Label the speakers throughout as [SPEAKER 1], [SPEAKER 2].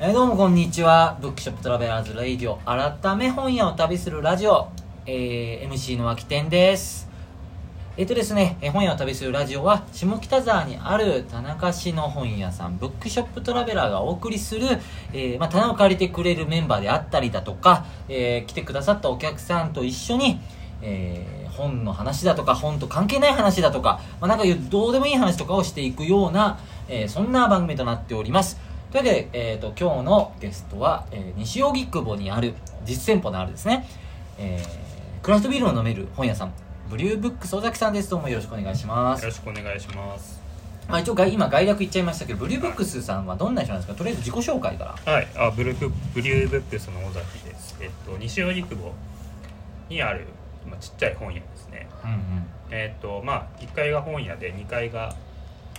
[SPEAKER 1] えーどうもこんにちはブックショップトラベラーズレイディオ改め本屋を旅するラジオ、えー MC の脇天ですえっ、とですね、えー本屋を旅するラジオは下北沢にある田中市の本屋さんブックショップトラベラーがお送りする、えーまあ、棚を借りてくれるメンバーであったりだとか、えー来てくださったお客さんと一緒に、えー本の話だとか本と関係ない話だとか、まあ、なんかいうどうでもいい話とかをしていくような、えーそんな番組となっておりますというわけで、えー、と今日のゲストは、えー西荻窪にある実店舗のあるですね、えークラフトビールを飲める本屋さんブリューブックス尾崎さんですどうもよろしくお願いしま
[SPEAKER 2] よ
[SPEAKER 1] す
[SPEAKER 2] ろしくお願いします。
[SPEAKER 1] まあ、一応が今概略言っちゃいましたけどブリューブックスさんはどんな人なんですかとりあえず自己紹介から
[SPEAKER 2] はい、あブルーブブリューブックスの尾崎です。えっと西荻窪にあるまあちっちゃい本屋ですね。
[SPEAKER 1] うん
[SPEAKER 2] えっとまあ1階が本屋で2階が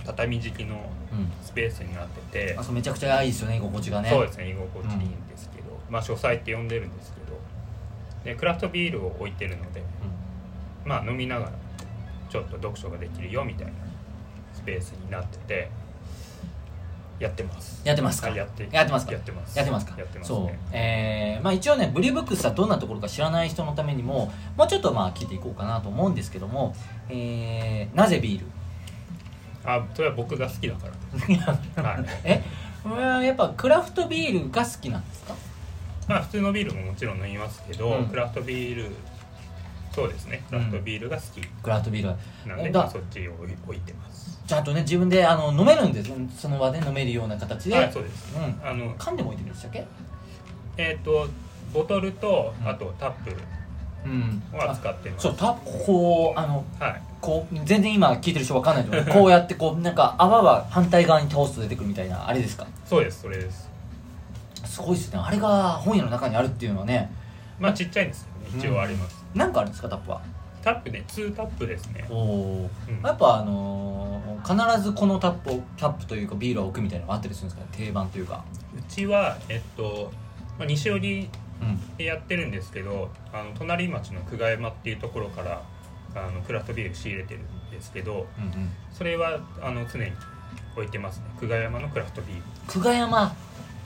[SPEAKER 2] 畳敷きの
[SPEAKER 1] うんうん
[SPEAKER 2] スペースになってて、
[SPEAKER 1] あそうめちゃくちゃいいですよね居心地がね
[SPEAKER 2] そうですね居心地いいんですけど、まあ書斎って呼んでるんですけど、でクラフトビールを置いてるので、まあ飲みながらちょっと読書ができるよみたいなスペースになっててやってます。
[SPEAKER 1] やってますか
[SPEAKER 2] はいやって
[SPEAKER 1] やってますか
[SPEAKER 2] やってます
[SPEAKER 1] やってますか
[SPEAKER 2] やってますね
[SPEAKER 1] そうえーまあ一応ねブリューブックスはどんなところか知らない人のためにももうちょっとまあ聞いていこうかなと思うんですけども、えーなぜビール
[SPEAKER 2] あそれは僕が好きだから、はい、
[SPEAKER 1] えうーんやっぱクラフトビールが好きなんですか
[SPEAKER 2] まあ普通のビールももちろん飲みますけど、
[SPEAKER 1] うん
[SPEAKER 2] クラフトビールそうですねクラフトビールが好き
[SPEAKER 1] クラフトビールは
[SPEAKER 2] なんで、
[SPEAKER 1] え
[SPEAKER 2] まあ
[SPEAKER 1] だ
[SPEAKER 2] そっちを置いてます
[SPEAKER 1] ちゃんとね自分であの飲めるんですその場で飲めるような形で、
[SPEAKER 2] はいそうです、
[SPEAKER 1] うん
[SPEAKER 2] あの
[SPEAKER 1] 噛んでも置いてるんでしたっけ
[SPEAKER 2] えっ、とボトルと
[SPEAKER 1] うん
[SPEAKER 2] あとタップ
[SPEAKER 1] うん
[SPEAKER 2] を扱ってます、
[SPEAKER 1] そうたこうあの
[SPEAKER 2] はい
[SPEAKER 1] こう全然今聞いてる人わかんないと 思うこうやってこうなんか泡は反対側に倒すと出てくるみたいなあれですか
[SPEAKER 2] そうですそれです
[SPEAKER 1] すごいですねあれが本屋の中にあるっていうのはね
[SPEAKER 2] まあちっちゃいんですけどね一応あります、
[SPEAKER 1] なんかあるんですかタップは
[SPEAKER 2] タップね2タップですね
[SPEAKER 1] おお、
[SPEAKER 2] うん
[SPEAKER 1] やっぱあのー必ずこのタップをタップというかビールを置くみたいなのがあったりするんですか定番というか
[SPEAKER 2] うちはえっと、まあ、西寄
[SPEAKER 1] うん
[SPEAKER 2] でやってるんですけどあの隣町の久我山っていうところからあのクラフトビール仕入れてるんですけど
[SPEAKER 1] うんうん
[SPEAKER 2] それはあの常に置いてますね久我山のクラフトビール
[SPEAKER 1] 久我山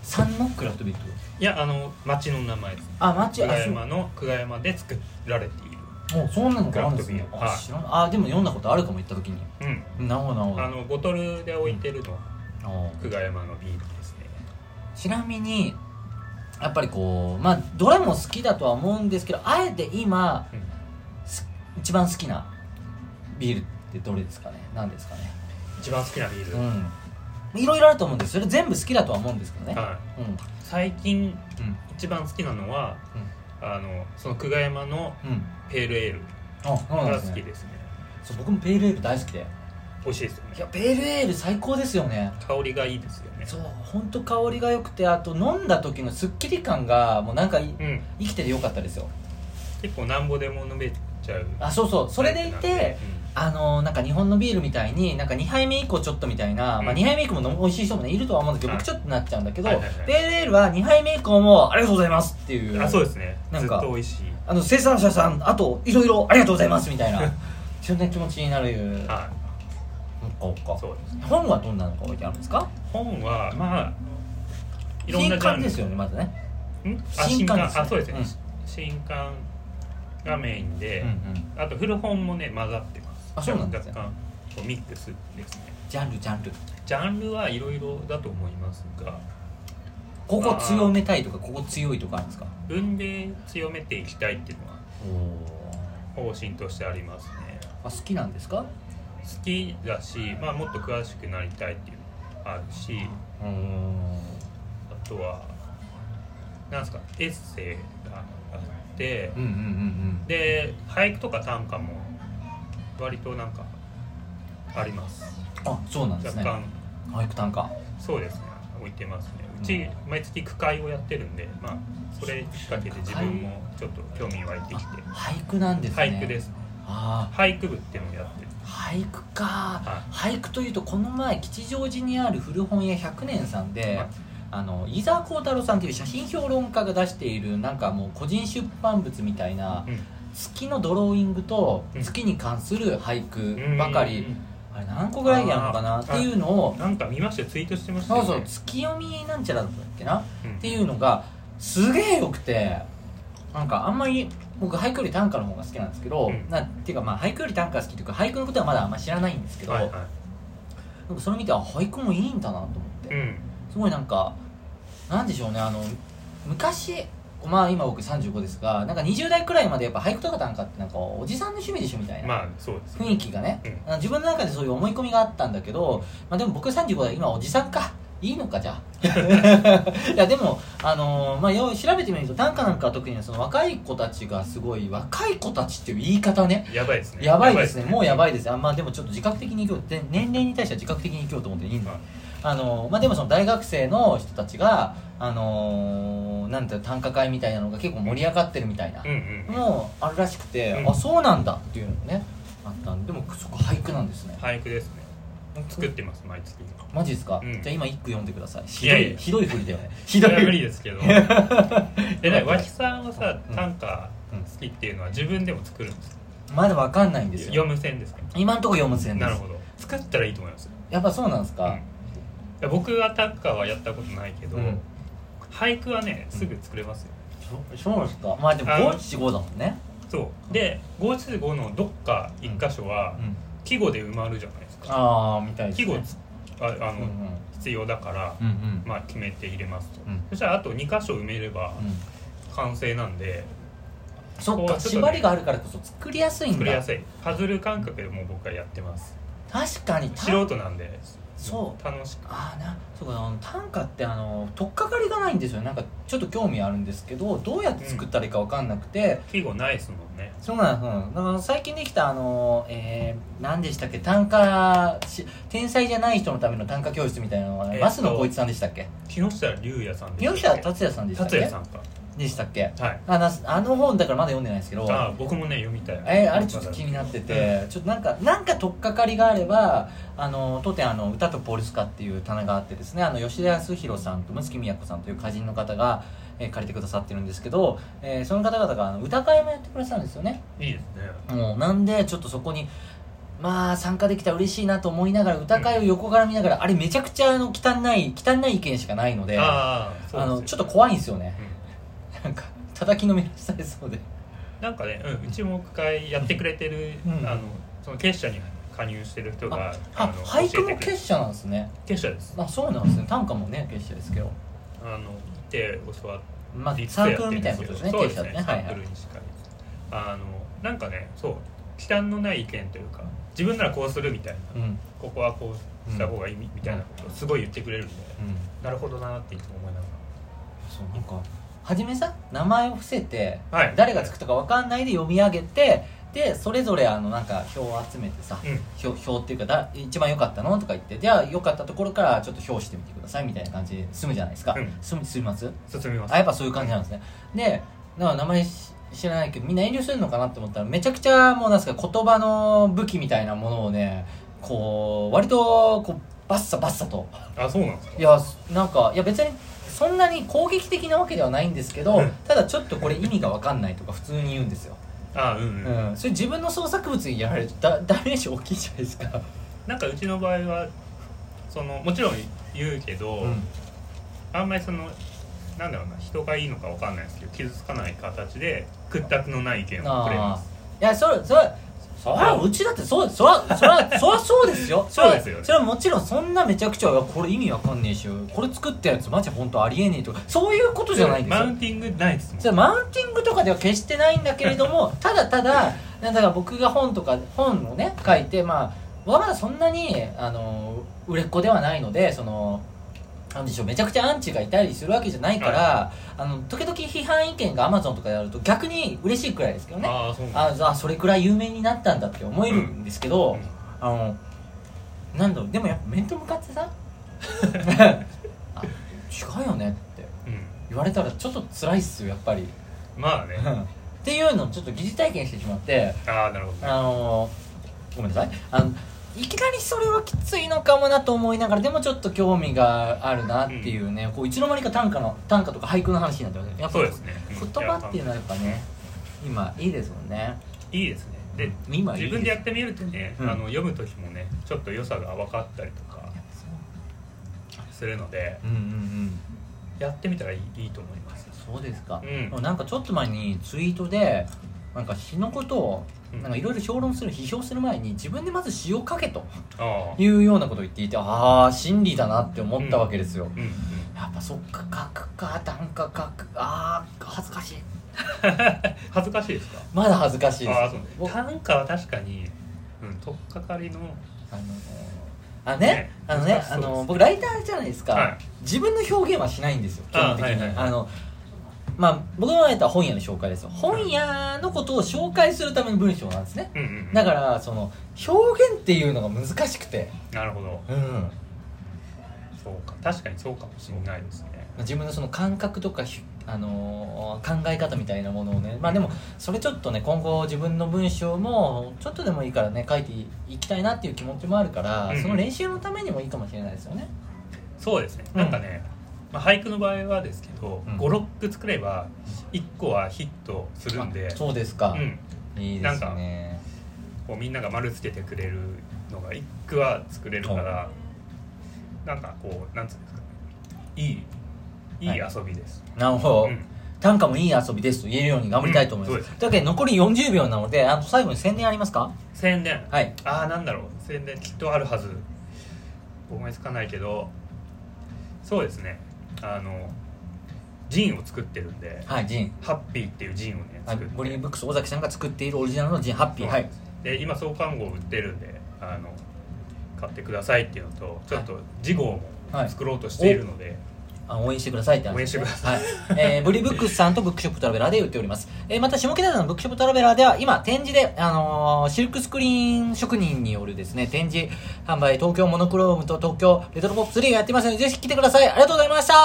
[SPEAKER 1] さんのクラフトビールってこと
[SPEAKER 2] いやあの町の名前です
[SPEAKER 1] あマジ
[SPEAKER 2] 久
[SPEAKER 1] あ
[SPEAKER 2] 我山の久我山で作られている
[SPEAKER 1] そうおそうなのかあるんですね
[SPEAKER 2] クラフトビ
[SPEAKER 1] あ
[SPEAKER 2] ールは
[SPEAKER 1] 知
[SPEAKER 2] い
[SPEAKER 1] らなあでも読んだことあるかも行った時に
[SPEAKER 2] うん
[SPEAKER 1] なるほどなるほど
[SPEAKER 2] あのボトルで置いてるのは
[SPEAKER 1] おー
[SPEAKER 2] 久我山のビールですね
[SPEAKER 1] ちなみにやっぱりこうまあどれも好きだとは思うんですけどあえて今
[SPEAKER 2] うん
[SPEAKER 1] す一番好きなビールってどれですかね何ですかね
[SPEAKER 2] 一番好きなビール、
[SPEAKER 1] うんいろいろあると思うんですそれ全部好きだとは思うんですけどね
[SPEAKER 2] は
[SPEAKER 1] うんうん
[SPEAKER 2] い、最近一番好きなのはあのその久我山の
[SPEAKER 1] うんうん
[SPEAKER 2] ペールエール
[SPEAKER 1] あそうなん
[SPEAKER 2] が
[SPEAKER 1] です
[SPEAKER 2] 好き
[SPEAKER 1] ね
[SPEAKER 2] ですね
[SPEAKER 1] そう僕もペールエール大好きで
[SPEAKER 2] 美味しいですよ
[SPEAKER 1] い
[SPEAKER 2] ね
[SPEAKER 1] やペールエール最高ですよね
[SPEAKER 2] 香りがいいですよね
[SPEAKER 1] そう本当香りが良くてあと飲んだ時のすっきり感がもうなんかい
[SPEAKER 2] うん
[SPEAKER 1] 生きてて良かったですよ
[SPEAKER 2] 結構なんぼでも飲めちゃう
[SPEAKER 1] あそうそうそれでいて、あのなんか日本のビールみたいになんか2杯目以降ちょっとみたいな、まあ、
[SPEAKER 2] うん
[SPEAKER 1] 2杯目以降も飲む美味しい人も、ね、いるとは思うんですけど、
[SPEAKER 2] はい
[SPEAKER 1] 僕ちょっとなっちゃうんだけど、
[SPEAKER 2] はいはいはい
[SPEAKER 1] ペールエールは2杯目以降もありがとうございますっていう
[SPEAKER 2] あそうですね
[SPEAKER 1] なんか
[SPEAKER 2] ずっと美味しい
[SPEAKER 1] あの生産者さんあといろいろありがとうございますみたいなそんな気持ちになるなんか
[SPEAKER 2] は
[SPEAKER 1] そっか
[SPEAKER 2] いそうです
[SPEAKER 1] 本はどんなのか置いてあるんですか
[SPEAKER 2] 本はまあいろんなジャ
[SPEAKER 1] 新
[SPEAKER 2] ン
[SPEAKER 1] 刊
[SPEAKER 2] ル
[SPEAKER 1] ですよねまずね
[SPEAKER 2] んあ
[SPEAKER 1] 新
[SPEAKER 2] 新
[SPEAKER 1] 刊
[SPEAKER 2] 刊
[SPEAKER 1] ですね
[SPEAKER 2] あそうですね、新刊がメインで、
[SPEAKER 1] うんうん
[SPEAKER 2] あと古本もね混ざってます
[SPEAKER 1] あそうなんですね
[SPEAKER 2] 若干こうミックスですね
[SPEAKER 1] ジャンルジャンル
[SPEAKER 2] ジャンルはいろいろだと思いますが
[SPEAKER 1] ここ強めたいとかここ強いとかあるんですか
[SPEAKER 2] 分類強めていきたいっていうのは
[SPEAKER 1] お
[SPEAKER 2] 方針としてありますね
[SPEAKER 1] あ好きなんですか
[SPEAKER 2] 好きだし、まあ、もっと詳しくなりたいっていうのもあるし
[SPEAKER 1] うん
[SPEAKER 2] あとはなんですかエッセイがあって
[SPEAKER 1] うんうんうん
[SPEAKER 2] で俳句とか短歌も割となんかあります
[SPEAKER 1] あそうなんで
[SPEAKER 2] 若
[SPEAKER 1] すね
[SPEAKER 2] 干
[SPEAKER 1] 俳句短歌
[SPEAKER 2] そうですね置いてますねうち毎月句会をやってるんでまあそれきっかけで自分もちょっと興味湧いてきて
[SPEAKER 1] 俳句なんですね
[SPEAKER 2] 俳句ですね
[SPEAKER 1] あ
[SPEAKER 2] 俳句部っていうのをやってる
[SPEAKER 1] あ俳句か、俳句というとこの前吉祥寺にある古本屋100年さんで、
[SPEAKER 2] はい
[SPEAKER 1] あの伊沢幸太郎さんという写真評論家が出しているなんかもう個人出版物みたいな
[SPEAKER 2] うん
[SPEAKER 1] 月のドローイングと
[SPEAKER 2] うん
[SPEAKER 1] 月に関する俳句ばかり、
[SPEAKER 2] うん
[SPEAKER 1] あれ何個ぐらいやるのかな
[SPEAKER 2] あ
[SPEAKER 1] っ
[SPEAKER 2] ー
[SPEAKER 1] ていうのを
[SPEAKER 2] なんか見ましたよツイートしてました
[SPEAKER 1] そ
[SPEAKER 2] よ
[SPEAKER 1] う
[SPEAKER 2] ね
[SPEAKER 1] そう月読みなんちゃらだったっけな、
[SPEAKER 2] うん
[SPEAKER 1] っていうのがすげえよくてなんかあんまり僕俳句より短歌の方が好きなんですけど、
[SPEAKER 2] うん
[SPEAKER 1] なっていうかまあ俳句より短歌が好きというか俳句のことはまだあんま知らないんですけど、
[SPEAKER 2] はいは
[SPEAKER 1] でもそれ見てあ俳句もいいんだなと思って、
[SPEAKER 2] いうん
[SPEAKER 1] すごいなんかなんでしょうねあの昔まあ今僕35ですがなんか20代くらいまでやっぱ俳句とか短歌ってなんかおじさんの趣味でしょみたいな、
[SPEAKER 2] まあそうです
[SPEAKER 1] 雰囲気がね、
[SPEAKER 2] うん
[SPEAKER 1] あの自分の中でそういう思い込みがあったんだけど、まあ、でも僕35で今おじさんかいいのかじゃあ いやでも、あのーまあ、よう調べてみると短歌なんかは特にその若い子たちがすごい若い子たちっていう言い方ね
[SPEAKER 2] やばいですね
[SPEAKER 1] やばいですねもうやば
[SPEAKER 2] い
[SPEAKER 1] いですあまあでもちょっと自覚的に生きようで年齢に対しては自覚的に生きようと思っていいんだ
[SPEAKER 2] はい
[SPEAKER 1] あのまあ、でもその大学生の人たちが、あのーなんていうの短歌会みたいなのが結構盛り上がってるみたいな、
[SPEAKER 2] うんうん
[SPEAKER 1] もうあるらしくて、
[SPEAKER 2] うん
[SPEAKER 1] あそうなんだっていうのねあったんででもそこ俳句なんですね
[SPEAKER 2] 俳句ですね作ってます毎月
[SPEAKER 1] マジですか、
[SPEAKER 2] うん
[SPEAKER 1] じゃあ今一句読んでくださいひ
[SPEAKER 2] い
[SPEAKER 1] どい
[SPEAKER 2] やいや
[SPEAKER 1] ひどい振りだよねひ
[SPEAKER 2] ひ
[SPEAKER 1] ど
[SPEAKER 2] ど
[SPEAKER 1] い
[SPEAKER 2] い無理
[SPEAKER 1] で
[SPEAKER 2] です けどえだ脇さんはさ
[SPEAKER 1] うん
[SPEAKER 2] 短歌好きっていうのは自分でも作るんですか
[SPEAKER 1] まだわかんないんです
[SPEAKER 2] 読
[SPEAKER 1] よ
[SPEAKER 2] む線ですか
[SPEAKER 1] 今んとこ読むせんで
[SPEAKER 2] な
[SPEAKER 1] す
[SPEAKER 2] るほど作ったらいいと思いますよ
[SPEAKER 1] やっぱそうなんです
[SPEAKER 2] うん
[SPEAKER 1] か
[SPEAKER 2] い、や僕は短歌はやったことないけど
[SPEAKER 1] うん
[SPEAKER 2] 俳句はねすぐ作れますよ
[SPEAKER 1] そそうなんですかまあでも
[SPEAKER 2] あの
[SPEAKER 1] 五七五だもんね
[SPEAKER 2] そうで五七五のどっか一箇所
[SPEAKER 1] う
[SPEAKER 2] は
[SPEAKER 1] ん
[SPEAKER 2] 季語で埋まるじゃないですか
[SPEAKER 1] ああみたいです、
[SPEAKER 2] 季
[SPEAKER 1] ね、
[SPEAKER 2] 語つああ
[SPEAKER 1] うんう
[SPEAKER 2] の
[SPEAKER 1] ん
[SPEAKER 2] 必要だから
[SPEAKER 1] うんうん
[SPEAKER 2] まあ決めて入れますと
[SPEAKER 1] うん
[SPEAKER 2] そしたらあと2箇所埋めれば
[SPEAKER 1] うん
[SPEAKER 2] 完成なんで
[SPEAKER 1] そっ
[SPEAKER 2] こうちょ
[SPEAKER 1] か
[SPEAKER 2] っとね
[SPEAKER 1] 縛りがあるからこそ作りやすいんだ
[SPEAKER 2] 作りやすいパズル感覚でもう僕はやってます
[SPEAKER 1] 確かにた
[SPEAKER 2] 素人なんで
[SPEAKER 1] そう
[SPEAKER 2] 楽しく
[SPEAKER 1] ああなそうかあの短歌ってあの取っかかりがないんですよなんかちょっと興味あるんですけどどうやって作ったらいいか分かんなくて、
[SPEAKER 2] 季語ないですもんね
[SPEAKER 1] そうなんですうんだから最近できたあのえー、何でしたっけ短歌し天才じゃない人のための短歌教室みたいなのは、
[SPEAKER 2] えーと
[SPEAKER 1] バスの光一さんでしたっけ
[SPEAKER 2] 木下龍也さん
[SPEAKER 1] 宮
[SPEAKER 2] した
[SPEAKER 1] 下
[SPEAKER 2] っけ
[SPEAKER 1] 達也さんでしたっ
[SPEAKER 2] 達
[SPEAKER 1] け
[SPEAKER 2] 也さんか
[SPEAKER 1] でしたっけ
[SPEAKER 2] はい
[SPEAKER 1] あなあの本だからまだ読んでないですけど
[SPEAKER 2] ああ僕もね読みたい
[SPEAKER 1] えーあれちょっと気になってて、ちょっとなんかなんか取っかかりがあればあの当店あの歌とポルスカっていう棚があってですねあの吉田康弘さんと睦月都さんという歌人の方が、えー借りてくださってるんですけど、えーその方々があの歌会もやってくださるんですよね
[SPEAKER 2] いいですね
[SPEAKER 1] もうなんでちょっとそこにまあ参加できたら嬉しいなと思いながら歌会を横から見ながら、あれめちゃくちゃあの汚い汚い意見しかないのであ
[SPEAKER 2] ああそうですよ
[SPEAKER 1] のちょっと怖いんですよね
[SPEAKER 2] う
[SPEAKER 1] なんか叩きのめらされそうで
[SPEAKER 2] んなんかねうんうちも一回やってくれてる
[SPEAKER 1] うん
[SPEAKER 2] あのその結社に加入してる人が
[SPEAKER 1] ああ
[SPEAKER 2] の
[SPEAKER 1] 俳句
[SPEAKER 2] 教え
[SPEAKER 1] も
[SPEAKER 2] てくれ
[SPEAKER 1] 結社なんですね
[SPEAKER 2] 結社です
[SPEAKER 1] あそうなんですね短歌もね結社ですけど
[SPEAKER 2] あのいて教わって
[SPEAKER 1] まあ
[SPEAKER 2] リツ
[SPEAKER 1] サ
[SPEAKER 2] コや
[SPEAKER 1] ー
[SPEAKER 2] っ
[SPEAKER 1] ク
[SPEAKER 2] てる
[SPEAKER 1] ル
[SPEAKER 2] ん
[SPEAKER 1] みたいなことですね
[SPEAKER 2] そう
[SPEAKER 1] 結
[SPEAKER 2] で
[SPEAKER 1] 社
[SPEAKER 2] す
[SPEAKER 1] っ
[SPEAKER 2] ね
[SPEAKER 1] てね
[SPEAKER 2] サ
[SPEAKER 1] はい
[SPEAKER 2] ー
[SPEAKER 1] は
[SPEAKER 2] ク
[SPEAKER 1] い
[SPEAKER 2] ルにしかあのなんかねそう忌憚のない意見というか自分ならこうするみたい
[SPEAKER 1] う
[SPEAKER 2] な
[SPEAKER 1] んうん
[SPEAKER 2] ここはこうした方がいいみたいなことをすごい言ってくれるんで、なるほどなっていつも思いなが
[SPEAKER 1] そうなんか初めさ名前を伏せて、
[SPEAKER 2] はい
[SPEAKER 1] 誰が作ったか分かんないで読み上げてでそれぞれあのなんか票を集めてさ、
[SPEAKER 2] ら、うん、
[SPEAKER 1] 票票っていうかだ一番良かったのとか言ってじゃあ良かったところからちょっと評してみてくださいみたいな感じで済むじゃないですか、
[SPEAKER 2] うん
[SPEAKER 1] 済む済みます
[SPEAKER 2] 進みます
[SPEAKER 1] あやっぱそういう感じなんですねでなんか名前し知らないけどみんな遠慮するのかなって思ったらめちゃくちゃもうなんすか言葉の武器みたいなものをねこう割とこうバッサバッサと
[SPEAKER 2] あそうなんですか
[SPEAKER 1] いやなんかいや別にそんなに攻撃的なわけではないんですけど、
[SPEAKER 2] うん
[SPEAKER 1] ただちょっとこれ意味が分かんないとか普通に言うんですよ、
[SPEAKER 2] あうんうん、
[SPEAKER 1] うん、それ自分の創作物にやられるとダダメージ大きいじゃないですか、
[SPEAKER 2] なんかうちの場合はそのもちろん言うけど、あんまりそのなんだろうな人がいいのかわかんないですけど傷つかない形で屈託のない意見をくれます
[SPEAKER 1] いやそれそれそりゃうちだってそうそりゃそりゃそりゃそうです よ
[SPEAKER 2] そうですよね
[SPEAKER 1] それはもちろんそんなめちゃくちゃいやこれ意味わかんねえしこれ作ったやつマジ本当ありえねえとかそういうことじゃないんです
[SPEAKER 2] マウ
[SPEAKER 1] よ
[SPEAKER 2] ンティングないですもん
[SPEAKER 1] それマウンティングとかでは決してないんだけれど もただただなんだか僕が本とか本をね書いてまあまだそんなにあの売れっ子ではないのでそのなんでしょうめちゃくちゃアンチがいたりするわけじゃないから、あの時々批判意見がアマゾンとかであると逆に嬉しいくらいですけどね
[SPEAKER 2] ああそうなんだ
[SPEAKER 1] ああそれくらい有名になったんだって思えるんですけど、
[SPEAKER 2] うん
[SPEAKER 1] あのなんだろうでもやっぱ面と向かってさ あ違うよねって
[SPEAKER 2] うん
[SPEAKER 1] 言われたらちょっと辛いっすよやっぱり
[SPEAKER 2] まあね
[SPEAKER 1] うんっていうのをちょっと疑似体験してしまって
[SPEAKER 2] ああなるほど
[SPEAKER 1] あのごめんなさいあのいきなりそれはきついのかもなと思いながらでもちょっと興味があるなっていうね、こういつの間にか短歌の短歌とか俳句の話になってますねやっぱ
[SPEAKER 2] そうですねうん
[SPEAKER 1] 言葉っていうのはやっぱね今いいですもんね
[SPEAKER 2] いいですねで
[SPEAKER 1] 今いい
[SPEAKER 2] 自分でやってみるとね、
[SPEAKER 1] うん
[SPEAKER 2] あの読む時もねちょっと良さが分かったりとかするので
[SPEAKER 1] うんうんうん
[SPEAKER 2] やってみたらいいいいと思います
[SPEAKER 1] そうですか、
[SPEAKER 2] うん
[SPEAKER 1] でもなんかちょっと前にツイートでなんか詩のことを
[SPEAKER 2] うん
[SPEAKER 1] なんかいろいろ評論する批評する前に自分でまず詩を書けと
[SPEAKER 2] ああ
[SPEAKER 1] いうようなことを言っていてああ真理だなって思ったわけですよ、
[SPEAKER 2] うんうん
[SPEAKER 1] やっぱそっか書くか短歌書くああ恥ずかしい
[SPEAKER 2] 恥ずかしいですか
[SPEAKER 1] まだ恥ずかしいです
[SPEAKER 2] ああそう
[SPEAKER 1] 僕あの
[SPEAKER 2] 短歌は確かに、うん、取っかかりの
[SPEAKER 1] あのね
[SPEAKER 2] ね
[SPEAKER 1] あのね
[SPEAKER 2] 難し
[SPEAKER 1] あ
[SPEAKER 2] そうです
[SPEAKER 1] の僕ライターじゃないですか、
[SPEAKER 2] はい
[SPEAKER 1] 自分の表現はしないんですよ基本的にあ,、
[SPEAKER 2] あはいはいはい
[SPEAKER 1] のまあ僕のやった本屋の紹介ですよ本屋のことを紹介するための文章なんですね
[SPEAKER 2] うんうんうん
[SPEAKER 1] だからその表現っていうのが難しくて、
[SPEAKER 2] なるほど
[SPEAKER 1] うん、
[SPEAKER 2] そうか確かにそうかもしれないですね
[SPEAKER 1] 自分のその感覚とかひ、あのー考え方みたいなものをねまあでもそれちょっとね今後自分の文章もちょっとでもいいからね書いていきたいなっていう気持ちもあるから、
[SPEAKER 2] うんうん
[SPEAKER 1] その練習のためにもいいかもしれないですよね。
[SPEAKER 2] そうですね
[SPEAKER 1] うん
[SPEAKER 2] なんかね、まあ、俳句の場合はですけど、
[SPEAKER 1] うん
[SPEAKER 2] 56句作れば1個はヒットするんで
[SPEAKER 1] あそうですか、
[SPEAKER 2] うん、
[SPEAKER 1] いいですね
[SPEAKER 2] こうみんなが丸つけてくれるのが1句は作れるから、なんかこうなんつうんですかねいいいい
[SPEAKER 1] はい
[SPEAKER 2] 遊びです、
[SPEAKER 1] なるほど、
[SPEAKER 2] うん
[SPEAKER 1] 短歌もいい遊びですと言えるように頑張りたいと思います,、
[SPEAKER 2] うんそうです
[SPEAKER 1] というわけで残り40秒なのであの最後に宣伝ありますか
[SPEAKER 2] 宣伝
[SPEAKER 1] はい
[SPEAKER 2] ああなんだろう宣伝きっとあるはず思いつかないけどそうですねあのジンを作ってるんで、
[SPEAKER 1] はいジン
[SPEAKER 2] ハッピーっていうジンをね
[SPEAKER 1] はい
[SPEAKER 2] 作って
[SPEAKER 1] グリーンブックス尾崎さんが作っているオリジナルのジンハッピー
[SPEAKER 2] そう
[SPEAKER 1] はい
[SPEAKER 2] で今創刊号売ってるんであの買ってくださいっていうのとちょっと次号も
[SPEAKER 1] はい
[SPEAKER 2] 作ろうとしているので、
[SPEAKER 1] あ応援してくださいって話
[SPEAKER 2] 応援してくだ
[SPEAKER 1] さい、はいえーブリブックスさんとブックショップトラベラーで売っております、えーまた下北沢のブックショップトラベラーでは今展示で、あのーシルクスクリーン職人によるですね展示販売東京モノクロームと東京レトロポップ3がやってますのでぜひ来てくださいありがとうございました